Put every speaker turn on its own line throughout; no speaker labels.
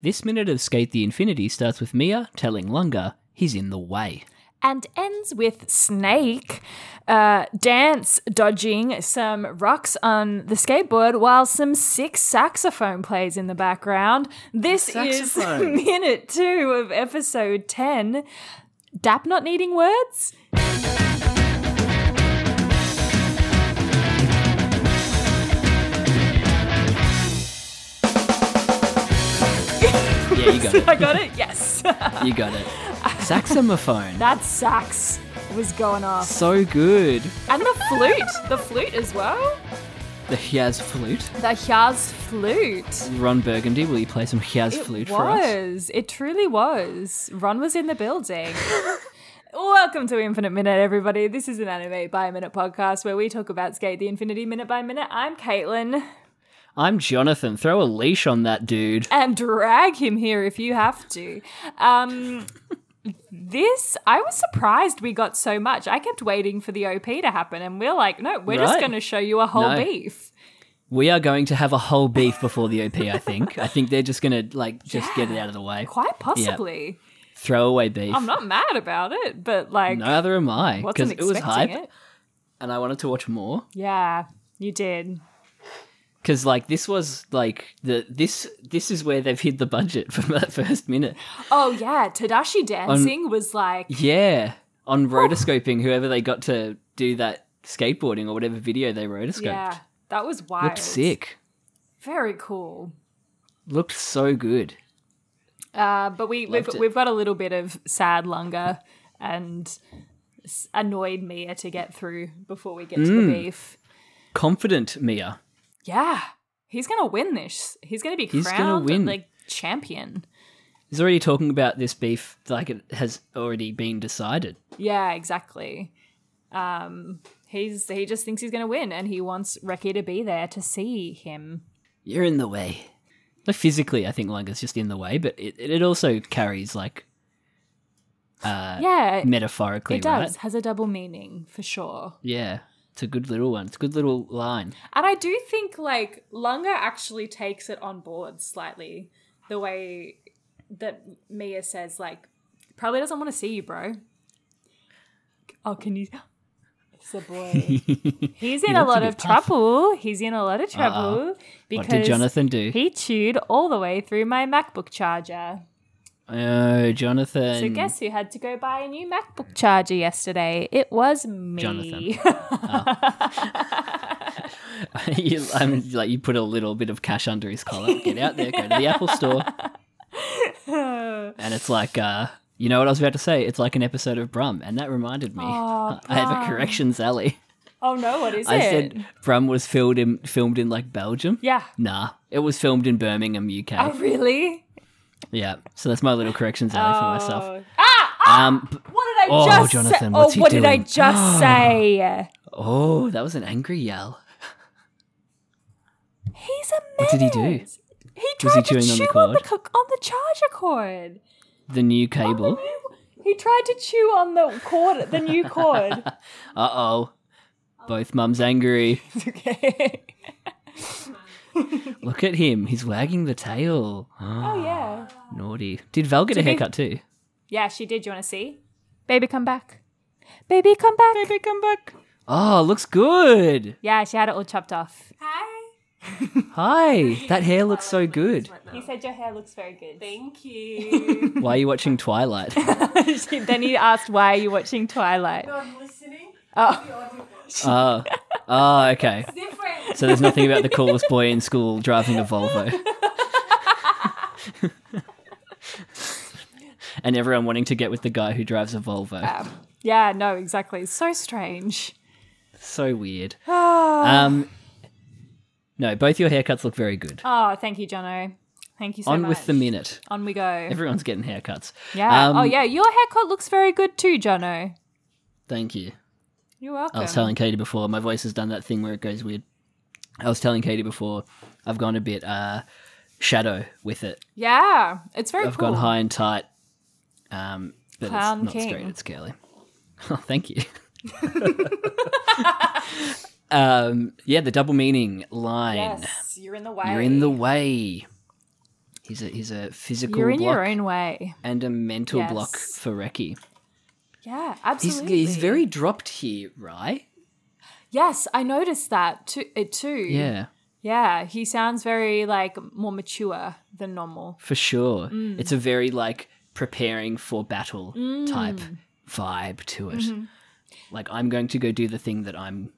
This minute of Skate the Infinity starts with Mia telling Lunga he's in the way.
and ends with Snake uh, dance dodging some rocks on the skateboard while some sick saxophone plays in the background. This is
Saxophone.
minute two of episode 10. Dap not needing words?
Yeah, you got it.
I got it? Yes.
You got it. Saxophone.
that sax was going off.
So good.
And the flute. The flute as well.
The Hyaz flute.
The Hya's flute.
Ron Burgundy, will you play some Hyaz flute
it
for us?
was. It truly was. Ron was in the building. Welcome to Infinite Minute, everybody. This is an anime by minute podcast where we talk about Skate the Infinity minute by minute. I'm Caitlin,
I'm Jonathan. Throw a leash on that dude.
and drag him here if you have to. Um, this, I was surprised we got so much. I kept waiting for the OP to happen, and we're like, no, we're just
Right.
going to show you a whole
No.
beef.
We are going to have a whole beef before the OP, I think. I think they're just going to, like, just get it out of the way.
Quite possibly.
Throw away beef.
I'm not mad about it, but like,
Neither am I. Because
wasn't
it was
expecting
hype,
it.
and I wanted to watch more.
Yeah, you did.
Because, like, this was, like, the this this is where they've hid the budget from that first minute.
Oh yeah, Tadashi dancing was like
Yeah, on rotoscoping, whoever they got to do that skateboarding or whatever video they rotoscoped.
yeah, that was wild.
Looked sick.
Very cool.
Looked so good.
Uh, but we we've,
Loved it.
we've got a little bit of sad lunga and s- annoyed Mia to get through before we get
Mm.
to the beef.
Confident Mia.
Yeah, he's gonna win this. He's gonna be crowned
He's gonna win.
like champion.
He's already talking about this beef like it has already been decided.
Yeah, exactly. Um, he's he just thinks he's gonna win, and he wants Reki to be there to see him.
You're in the way. Like physically, I think Lunga's just in the way, but it, it also carries like
yeah,
metaphorically,
it does
Uh, right?
has a double meaning for sure.
Yeah. It's a good little one. It's a good little line.
And I do think like Lunga actually takes it on board slightly, the way that Mia says like probably doesn't want to see you, bro. Oh, can you? It's a boy. He's in a
looks a
lot
bit
of
tough. Uh-uh.
trouble. He's in a lot of trouble because
What did Jonathan do?
he chewed all the way through my MacBook charger.
oh, Jonathan.
So guess who had to go buy a new MacBook charger yesterday? It was me.
Jonathan. you, I mean, like you put a little bit of cash under his collar. Get out there, go to the Apple store, and it's like, uh, you know what I was about to say? It's like an episode of Brum, and that reminded me.
Aw,
I have a
Brum.
corrections alley.
oh no, what is
I
it?
said Brum was filmed in filmed in like Belgium.
yeah.
Nah, it was filmed in Birmingham, UK.
Oh really?
Yeah, so that's my little corrections alley for myself.
Oh. Ah!
Um, b-
What did I
Oh,
just
Jonathan,
say?
what's
oh,
he
what did I
doing? Ah.
just say?
oh, that was an angry yell.
He's a
What did he do?
menace. He
Was
tried
he
to
chewing
chew
on the
on the,
cord?
co- on the charger cord.
The new cable.
He tried to chew on the cord, the new cord.
Uh oh, both mums angry.
okay.
Look at him. He's wagging the tail.
Oh yeah.
Naughty. Did Val get a
be-
haircut too?
Yeah, she did. You want to see? Baby, come back. Baby, come back. Baby, come back.
Oh, looks good.
Yeah, she had it all chopped off.
Hi.
Hi. That hair looks so good.
He said your hair looks very good.
Thank you.
Why are you watching Twilight?
then he asked, "Why are you watching Twilight?"
I'm listening.
Oh. Oh, okay.
Different.
So there's nothing about the coolest boy in school driving a Volvo. and everyone wanting to get with the guy who drives a Volvo.
Yeah, no, exactly. So strange.
So weird. Um No, both your haircuts look very good.
Oh, thank you, Jono. Thank you so
On
much.
with the minute.
On we go.
Everyone's getting haircuts.
yeah.
Um,
oh, yeah. Your haircut looks very good too, Jono.
Thank you.
You're welcome.
I was telling Katie before, my voice has done that thing where it goes weird. I was telling Katie before, I've gone a bit uh, shadow with it.
yeah, it's very
I've
Oh, cool.
gone high and tight, um, but
Clown
it's not
king.
straight. It's curly. Oh, thank you. um, yeah, the double meaning line.
Yes, you're in the way.
You're in the way. He's a he's a physical
You're in
block
your own way.
and a mental block
Yes.
for Reki.
Yeah,
He's
absolutely.
he's very dropped here, right?
Yes, I noticed that too. It too.
Yeah,
Yeah, he sounds very like more mature than normal.
for sure.
Mm.
It's a very like preparing for battle type vibe to it.
Mm-hmm.
Like I'm going to go do the thing that I'm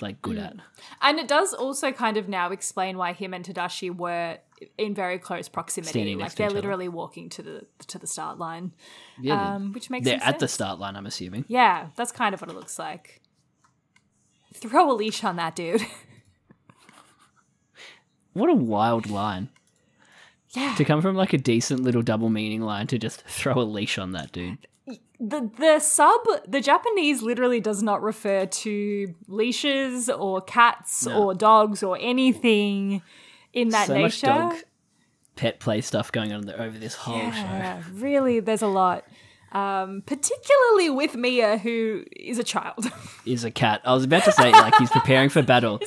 like good at.
Mm. And it does also kind of now explain why him and Tadashi were in very close proximity.
Standing
like
next to
they're
each other.
literally walking to the to the start line.
Yeah, they're-
Um, which makes
they're,
some
at the
sense.
start line. I'm assuming.
Yeah, that's kind of what it looks like. Throw a leash on that dude.
What a wild line
yeah.
to come from like a decent little double meaning line to just throw a leash on that dude.
The the sub the Japanese literally does not refer to leashes or cats
No.
or dogs or anything in that
so
nature.
much dog pet play stuff going on there over this whole show.
Yeah, really, there's a lot. Um, particularly with Mia, who is a child.
Is a cat. I was about to say like he's preparing for battle,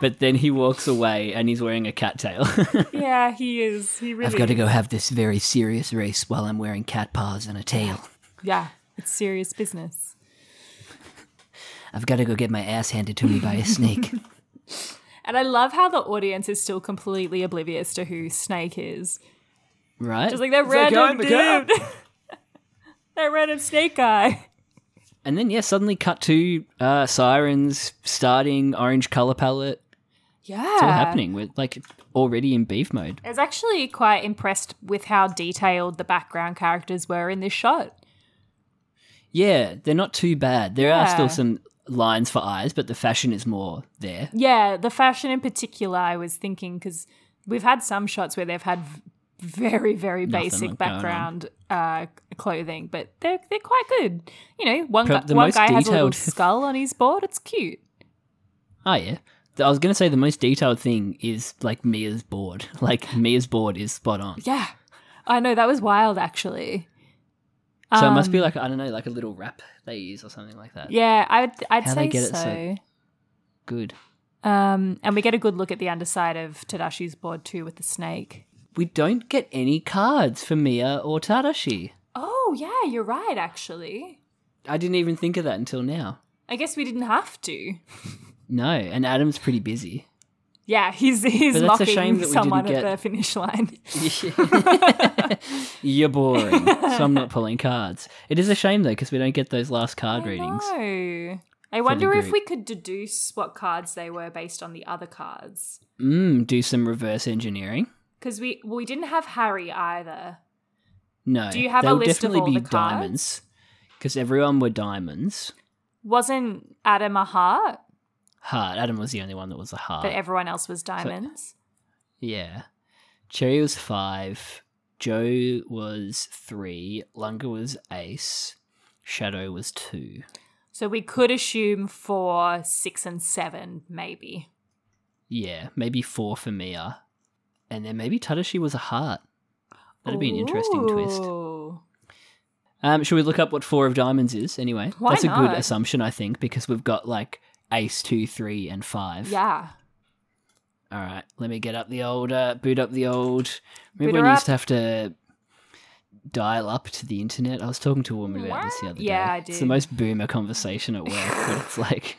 but then he walks away and he's wearing a cat tail.
yeah, he is. He really.
I've got to go have this very serious race while I'm wearing cat paws and a tail.
Yeah, it's serious business.
I've got to go get my ass handed to me by a snake.
And I love how the audience is still completely oblivious to who Snake is.
Right?
It's like that random dude. that random snake guy.
and then yeah, suddenly cut to uh, sirens starting orange color palette.
Yeah.
It's all happening. We're like already in beef mode.
I was actually quite impressed with how detailed the background characters were in this shot.
Yeah, they're not too bad. There are
Yeah.
still some lines for eyes, but the fashion is more there.
Yeah, the fashion in particular, I was thinking because we've had some shots where they've had v- very, very
Nothing
basic
like going on.
background uh, clothing, but they're they're quite good. You know, one
Pro-
gu-
the
one
most
guy has a little
detailed-
skull on his board. It's cute.
Oh yeah. Th- I was gonna say the most detailed thing is like Mia's board. Like Mia's board is spot on.
Yeah, I know that was wild actually.
So it must
Um,
be like I don't know, like a little wrap they use or something like that.
Yeah, I'd I'd
How
say
they get it
so.
so- Good.
Um, and we get a good look at the underside of Tadashi's board too with the snake.
We don't get any cards for Mia or Tadashi.
Oh yeah, you're right. Actually,
I didn't even think of that until now.
I guess we didn't have to.
No, and Adam's pretty busy.
Yeah, he's he's
But that's a
mocking
shame that we didn't
someone
get-
at the finish line.
You're boring, so I'm not pulling cards. It is a shame though, because we don't get those last card readings.
No. I wonder if
group.
we could deduce what cards they were based on the other cards.
Mm, do some reverse engineering.
Because we well, we didn't have Harry either.
No,
Do you have a
they'll
list of
definitely
all
be
the cards?
diamonds because everyone were diamonds.
Wasn't Adam a heart,
Heart. Adam was the only one that was a heart.
but everyone else was diamonds.
yeah, Cherry was five. Joe was three. Lunga was ace. Shadow was two.
So we could assume four, six, and seven, maybe.
Yeah, maybe four for Mia, and then maybe Tadashi was a heart. That'd be an interesting twist.
Ooh.
Um, should we look up what four of diamonds is anyway?
Why
That's a
not?
good assumption, I think, because we've got like ace, two, three, and five.
Yeah.
All right, let me get up the old, uh, boot up the old. Remember
Boot her
when you
up.
used to have to dial up to the internet? I was talking to a woman about this the other day.
Yeah, I
It's the
did.
most boomer conversation at work, but it's like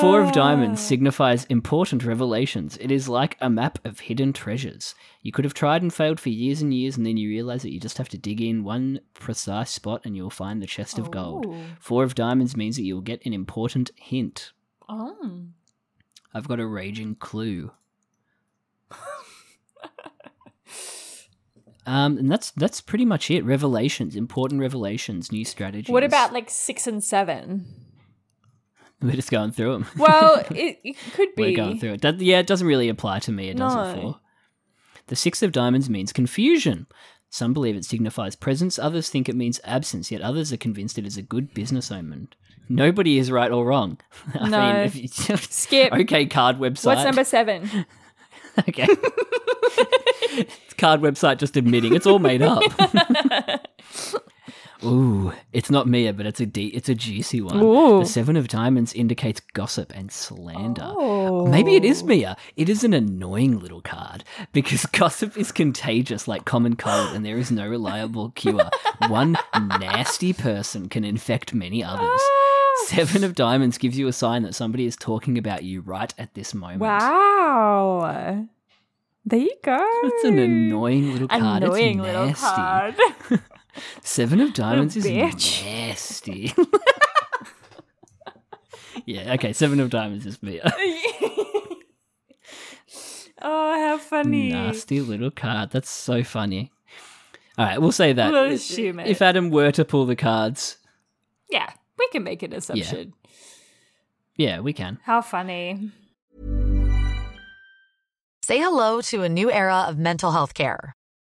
four of
Ah.
diamonds signifies important revelations. It is like a map of hidden treasures. You could have tried and failed for years and years, and then you realize that you just have to dig in one precise spot, and you'll find the chest of gold.
Ooh.
Four of diamonds means that you'll get an important hint.
Oh.
I've got a raging clue. um, and that's that's pretty much it. Revelations, important revelations, new strategies.
What about like six and seven?
we're just going through them?
Well, it, it could be.
we're going through it. That, yeah, it doesn't really apply to me. It doesn't
No.
for the six of diamonds means confusion. Some believe it signifies presence. Others think it means absence. Yet others are convinced it is a good business omen. Nobody is right or wrong. I
No.
mean, if you,
Skip.
Okay, Uh, card website.
What's number seven?
Okay. Card website just admitting it's all made up. Ooh, it's not Mia, but it's a D. It's a juicy one.
Ooh.
The Seven of Diamonds indicates gossip and slander.
Oh.
Maybe it is Mia. It is an annoying little card because gossip is contagious like common cold and there is no reliable cure. One nasty person can infect many others.
Ah.
Seven of Diamonds gives you a sign that somebody is talking about you right at this moment.
Wow. There you go.
It's an annoying little card.
Annoying
it's nasty.
little card.
Seven of Diamonds is
bitch.
nasty. yeah, okay, Seven of Diamonds is Mia.
Oh, how funny.
Nasty little card. That's so funny. All right, we'll say that.
We'll assume it.
If Adam were to pull the cards,
yeah, we can make an assumption.
yeah, we can.
How funny.
Say hello to a new era of mental health care.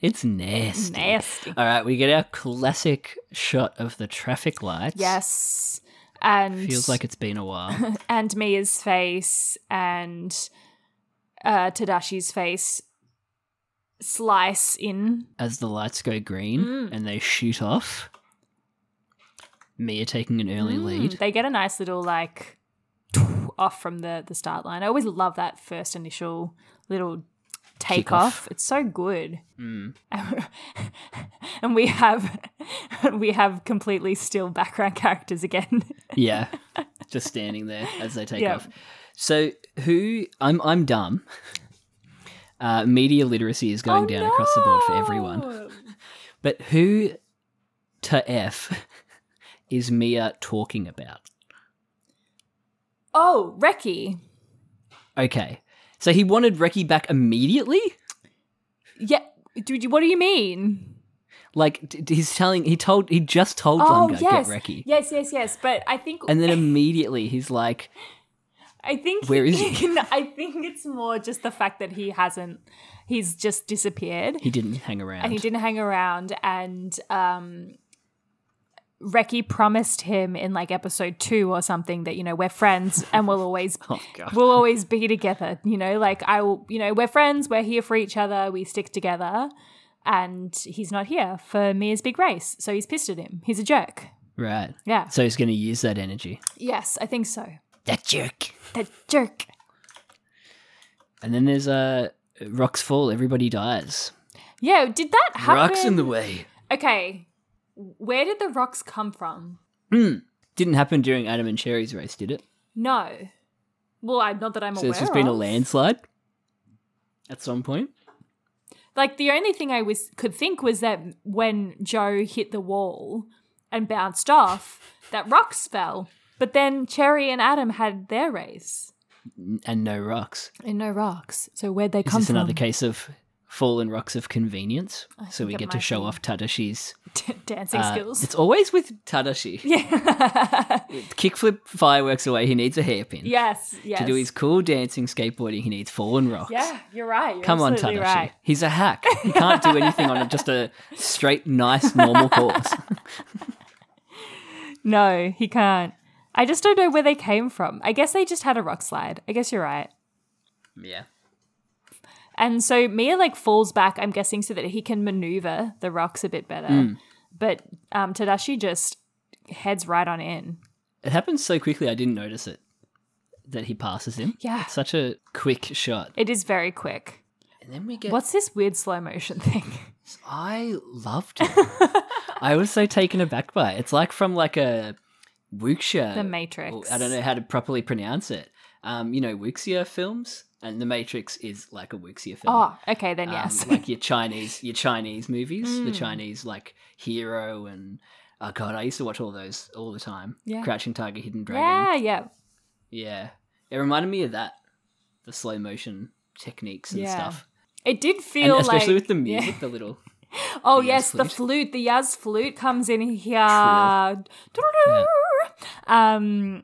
It's nasty.
Nasty.
All right, we get our classic shot of the traffic lights.
Yes. And
Feels like it's been a while.
and Mia's face and uh, Tadashi's face slice in.
as the lights go green
Mm.
and they shoot off. Mia taking an
Mm.
early lead.
They get a nice little like off from the the start line. I always love that first initial little take
Kick-off.
off. It's so good.
Mm.
and we have we have completely still background characters again.
Yeah, just standing there as they take
Yeah.
off. So who? I'm I'm dumb. Uh, media literacy is
Oh,
going down across the board for everyone. But who to f is Mia talking about?
Oh, Reki.
Okay, so he wanted Reki back immediately.
Yeah, dude, what do you mean?
Like d- d- he's telling, he told, he just told
Oh,
Lunga
yes.
get Reki,
Yes, yes, yes. But I think
and then immediately he's like,
I think
Where is he?
No, I think it's more just the fact that he hasn't. He's just disappeared,
he didn't hang around.
and he didn't hang around. And um, Reki promised him in like episode two or something that you know we're friends and we'll always
Oh
we'll always be together. You know, like I will. You know, we're friends. We're here for each other. We stick together. And he's not here for Mia's big race, so he's pissed at him. He's a jerk.
Right.
Yeah.
So he's going to use that energy.
Yes, I think so.
That jerk.
That jerk.
And then there's uh, rocks fall. Everybody dies.
Yo, did that happen?
Rocks in the way.
Okay. Where did the rocks come from?
Didn't happen during Adam and Cherry's race, did it?
No. Well, I not that I'm
So
aware
it's just been a
of.
landslide at some point.
Like the only thing I was could think was that when Joe hit the wall and bounced off, that rocks fell. But then Cherry and Adam had their race
N- And no rocks.
and no rocks. So where'd they
Is
come
this
from?
another case of fallen rocks of convenience? So
think
we
it
get to
might
show
be.
off Tadashi's
Dancing
uh,
skills.
It's always with Tadashi.
Yeah.
Kickflip fireworks away. He needs a hairpin.
yes. Yes.
To do his cool dancing skateboarding, he needs fallen rocks.
yeah, you're right. You're
Come on,
absolutely
Tadashi.
Right.
He's a hack. He can't do anything on a, just a straight, nice, normal course.
No, he can't. I just don't know where they came from. I guess they just had a rock slide. I guess you're right.
yeah.
And so Mia like falls back, I'm guessing, so that he can maneuver the rocks a bit better.
Hmm.
But um, Tadashi just heads right on in.
It happens so quickly, I didn't notice it that he passes him.
Yeah.
It's such a quick shot.
It is very quick.
And then we get.
What's this weird slow motion thing?
I loved it. I was so taken aback by it. It's like from like a Wuxia. Uh,
The Matrix.
I don't know how to properly pronounce it. um, you know, Wuxia films, and The Matrix is like a Wuxia film.
Oh, okay, then
Um,
yes.
like your Chinese, your Chinese movies, the
Mm.
Chinese like hero and oh god, I used to watch all those all the time.
Yeah.
Crouching Tiger, Hidden Dragon.
yeah, yeah.
Yeah, it reminded me of that, the slow motion techniques and
Yeah.
stuff,
It did
and
feel
especially
like
with the
yeah.
music, the little
Oh
The Yaz
yes, the
flute.
flute, the Yaz flute comes in here. Um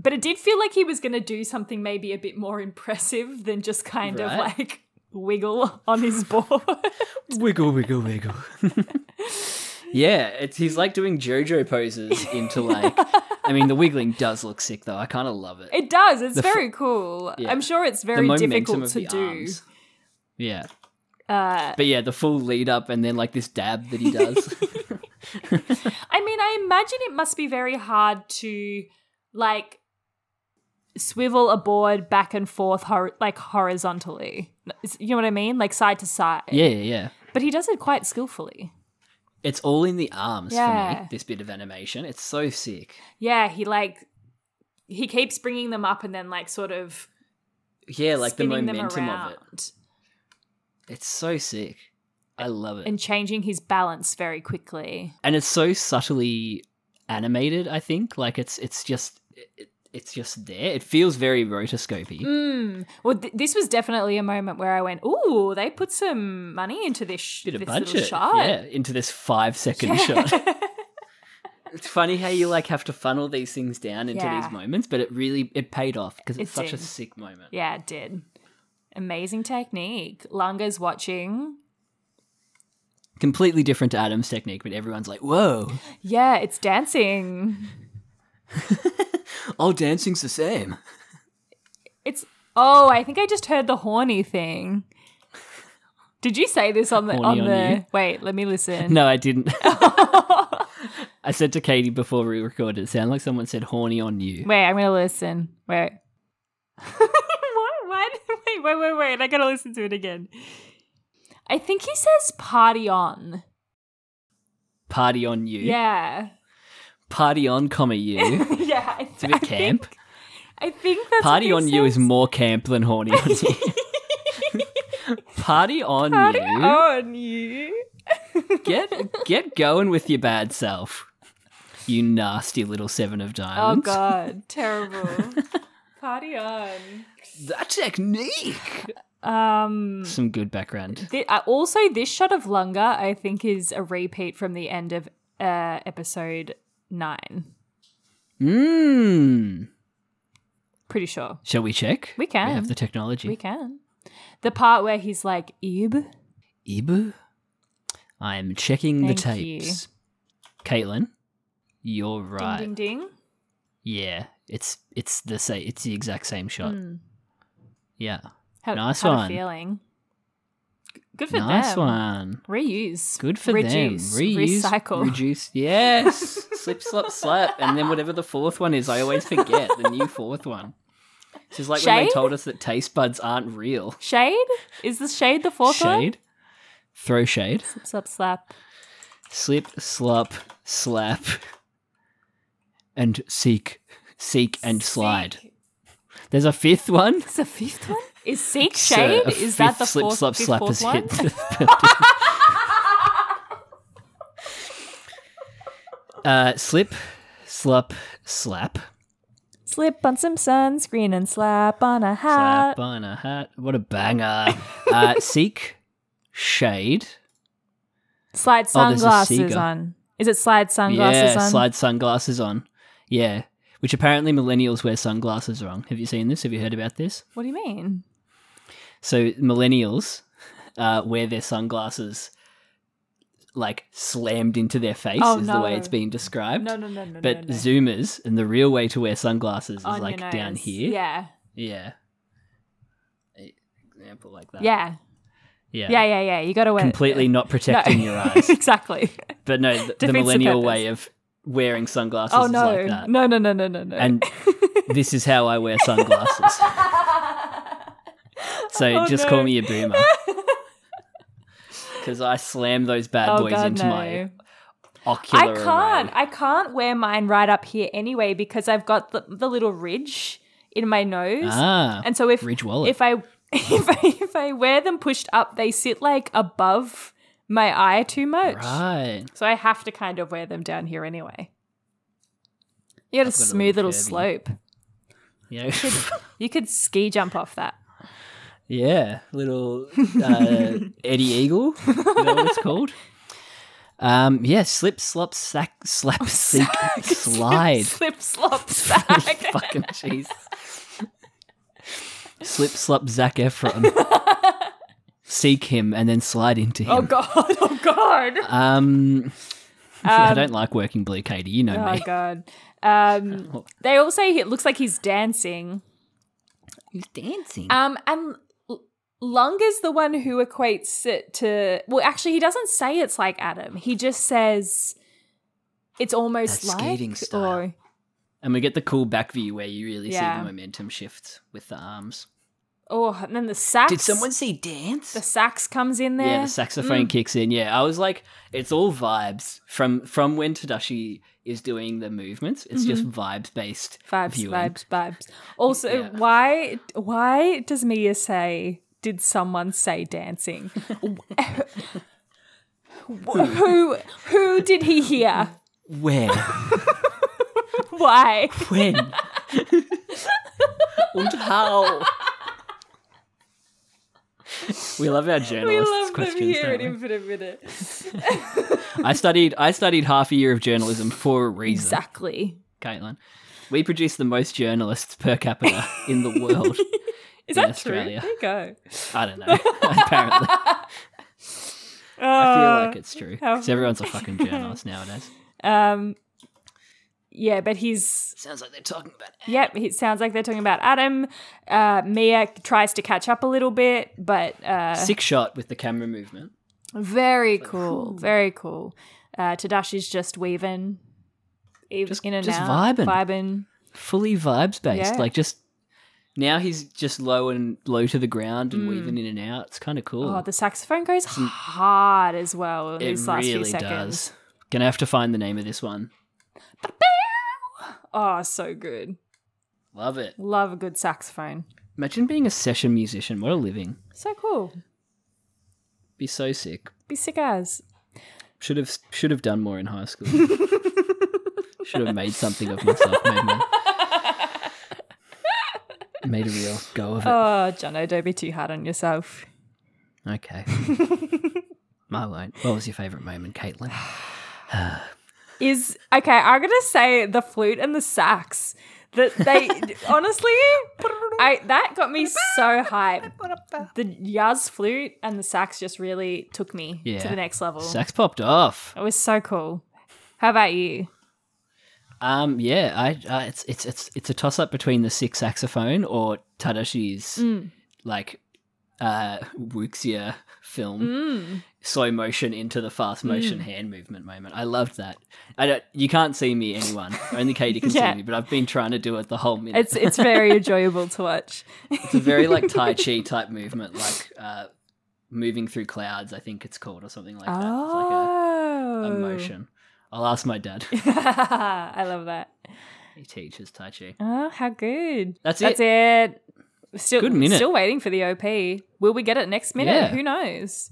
but it did feel like he was going to do something maybe a bit more impressive than just kind of
Right.
like wiggle on his board.
wiggle, wiggle, wiggle. yeah, it's, he's like doing JoJo poses into like. I mean, the wiggling does look sick though. I kind of love it.
it does. It's
The fl-
very cool.
Yeah.
I'm sure it's
the
very
momentum
difficult
of
to
the
do.
arms. Yeah,
Uh,
but yeah, the full lead up and then like this dab that he does.
I mean, I imagine it must be very hard to like swivel a board back and forth hor- like horizontally. It's- You know what I mean? Like side to side.
yeah, yeah, yeah.
But he does it quite skillfully.
It's all in the arms for
Yeah.
me. This bit of animation, it's so sick.
Yeah, he like he keeps bringing them up and then like sort of
Yeah, like
spinning
the
them
momentum of
around
it. It's so sick. I love it.
and changing his balance very quickly.
and it's so subtly animated i think like it's it's just it, it's just there it feels very rotoscopy
Mm. Well, th- this was definitely a moment where I went, "Ooh, they put some money into this, sh-
bit of
this
budget
little shot."
yeah into this five second shot it's funny how you like have to funnel these things down into
Yeah.
these moments but it really it paid off because it's
It
such a
did.
sick moment
Yeah, it did. Amazing technique. Langa's watching.
completely different to adam's technique but everyone's like whoa
Yeah, it's dancing.
all Oh, dancing's the same
It's oh, I think I just heard the horny thing. Did you say this on the
Horny
on
on
the
you?
wait, let me listen.
no i didn't i said to katie before we recorded it sounded like someone said horny on you
Wait, I'm gonna listen. Wait. what? What? Wait, wait, wait, wait. I gotta listen to it again. I think he says party on.
party on you
Yeah.
party on comma you
yeah. I
it's a bit camp
I think that's
Party
what
on
he
you is
says.
more camp than horny on you. Party on
party
you.
on you.
Get get going with your bad self. You nasty little seven of
Oh
diamonds.
god, terrible. Party on.
That technique.
Um
Some good background.
thi- uh, also this shot of Lunga I think is a repeat from the end of uh episode 9.
Mmm.
Pretty sure.
Shall we check?
We can.
We have the technology.
We can. The part where he's like Ib.
Ibu. I'm checking the
Thank you.
tapes. Caitlin, you're right.
Ding ding ding.
Yeah, it's it's the same. It's the exact same shot.
Mm.
Yeah,
Had-
Nice
had a
one.
feeling. G- Good for
nice
them.
one.
Reuse.
Good for
Reduce.
them. Reuse,
Recycle.
reduce. Yes, slip, slop, slap, and then whatever the fourth one is, I always forget the new fourth one. It's just like when they
Shade?
told us that taste buds aren't real.
Shade? Is the shade the fourth one?
shade, throw shade,
Slip, slap, slap.
slip, slop, slap, and seek, seek and slide. There's a fifth one.
Is the fifth one? Is seek
So,
shade?
a
is that
fifth
the
slip,
fourth,
slop,
fifth,
slap
fourth
has
one?
hit the uh, slip, slop, slap.
Slip on some sunscreen and slap on a
Uh,
hat.
Slap on a hat. What a banger. uh, seek shade.
Slide
Oh, there's a
sunglasses
seagull.
on. Is it slide sunglasses
yeah,
on?
slide sunglasses on. Yeah. Which apparently millennials wear sunglasses wrong. Have you seen this? Have you heard about this?
What do you mean?
So millennials uh, wear their sunglasses like slammed into their face
Oh,
is the way
no.
it's being described.
No, no, no, no,
but
no, no.
zoomers and the real way to wear sunglasses is
On your
like down
nose.
here.
Yeah.
Yeah. E- Example like that.
yeah,
Yeah.
yeah, yeah, yeah. You got to wear
Completely not
No.
protecting your eyes.
exactly.
But no, th- the
Defeats the
millennial
purpose.
way of wearing sunglasses
Oh
is
no.
like that.
no, no, no, no, no, no.
And this is how I wear sunglasses. so
Oh,
just
no.
call me a boomer. Because I slam those bad
oh
boys
god,
into
no.
my
I
ocular.
can't.
array.
I can't wear mine right up here anyway because I've got the, the little ridge in my nose.
Ah,
and so if
Ridge Wallet.
if I if I if I wear them pushed up, they sit like above my eye too much.
right.
So I have to kind of wear them down here anyway. You got a
got a little
smooth little
curvy.
slope.
Yeah,
You could ski jump off that.
yeah. Little uh, Eddie Eagle. Is that what it's called? Um, yeah, slip, slop, sack,
Oh,
slap, seek, slide.
Slip, slop, sack.
Fucking jeez. Slip, slop, Zac Efron. Seek him and then slide into him.
oh god. Oh god.
Um, I don't like working blue, Katie. You know
Oh
me.
god. Um, they all say it looks like he's dancing.
He's dancing.
Um, and L- Lung is the one who equates it to. Well, actually, he doesn't say it's like Adam. He just says it's almost
That
like.
skating style.
Or,
and we get the cool back view where you really see
Yeah.
the momentum shift with the arms.
oh, and then the sax.
Did someone say dance?
The sax comes in there.
yeah, Mm. the saxophone kicks in. Yeah, I was like, it's all vibes from from when Tadashi is doing the movements. It's just Mm-hmm. vibes based
Vibes,
viewing.
vibes, vibes. Also,
Yeah.
why why does Mia say, did someone say dancing? who who did he hear?
Where?
Why?
when? and how? We love our journalists'
We love them
questions.
here
don't
at
we?
Infinite Minute.
I studied I studied half a year of journalism for a reason,
Exactly.
Caitlin. We produce the most journalists per capita in the world.
Is
in
that
Australia.
true? There you go.
I don't know. Apparently. I
Uh,
feel like it's true.
how-
Because everyone's a fucking journalist nowadays.
Um, yeah, but he's
Sounds like they're talking about
yep. It sounds like they're talking about Adam. Uh, Mia tries to catch up a little bit, but uh,
Sick shot with the camera movement.
very cool, very cool. Uh, Tadashi's just weaving, ev-
Just-
in and
just
out,
vibing.
vibing.
Fully vibes based.
Yeah.
Like just now he's just low and low to the ground and weaving in and out. It's kinda cool.
Mm. Oh, the saxophone goes hard as well. in
it
these last few
really
seconds.
does. Gonna have to find the name of this one.
Oh, so good.
Love it.
Love a good saxophone.
Imagine being a session musician. What a living.
So cool.
Be so sick.
Be sick as.
Should have should have done more in high school. should have made something of myself. Made, my, made a real go of it.
Oh, Jono, don't be too hard on yourself.
Okay. I won't. What was your favourite moment, Caitlin?
is okay. I'm gonna say the flute and the sax. That they honestly, I that got me so hyped. The jazz flute and the sax just really took me to
Yeah.
the next level.
Sax popped off.
it was so cool. How about you?
Um, yeah, I, uh, it's it's it's it's a toss up between the six saxophone or Tadashi's
Mm.
like uh wuxia film
Mm.
slow motion into the fast motion hand movement moment. I loved that. I don't, you can't see me, anyone. Only Katie can
Yeah.
see me, but I've been trying to do it the whole minute.
It's it's very enjoyable to watch.
It's a very like Tai Chi type movement, like uh, moving through clouds. I think it's called or something like that. It's like a-
Oh,
a motion. I'll ask my dad.
I love that.
he teaches Tai Chi.
Oh, how good.
That's
That's it. Still,
Good minute.
Still waiting for the OP. Will we get it next minute?
Yeah.
Who knows?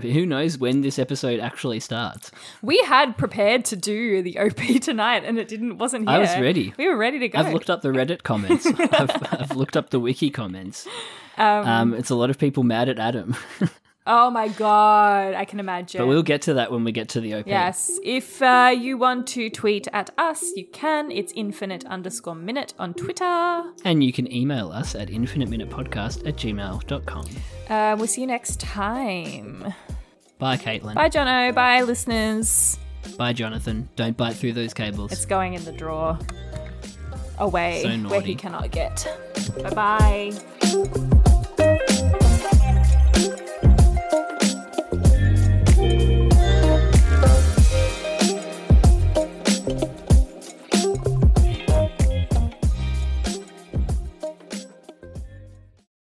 Who knows when this episode actually starts?
We had prepared to do the OP tonight, and it didn't wasn't here.
I was ready.
We were ready to go.
I've looked up the Reddit comments. I've, I've looked up the wiki comments.
Um,
Um, it's a lot of people mad at Adam,
oh my god, I can imagine.
but we'll get to that when we get to the open.
Yes. If uh, you want to tweet at us, you can. It's infinite underscore minute on Twitter. Uh,
And you can email us at infiniteminutepodcast at gmail.com.
Uh, we'll see you next time.
Bye, Caitlin.
Bye, Jono. Bye, listeners.
Bye, Jonathan. Don't bite through those cables.
It's going in the drawer away
So
where
naughty.
he cannot get. Bye bye.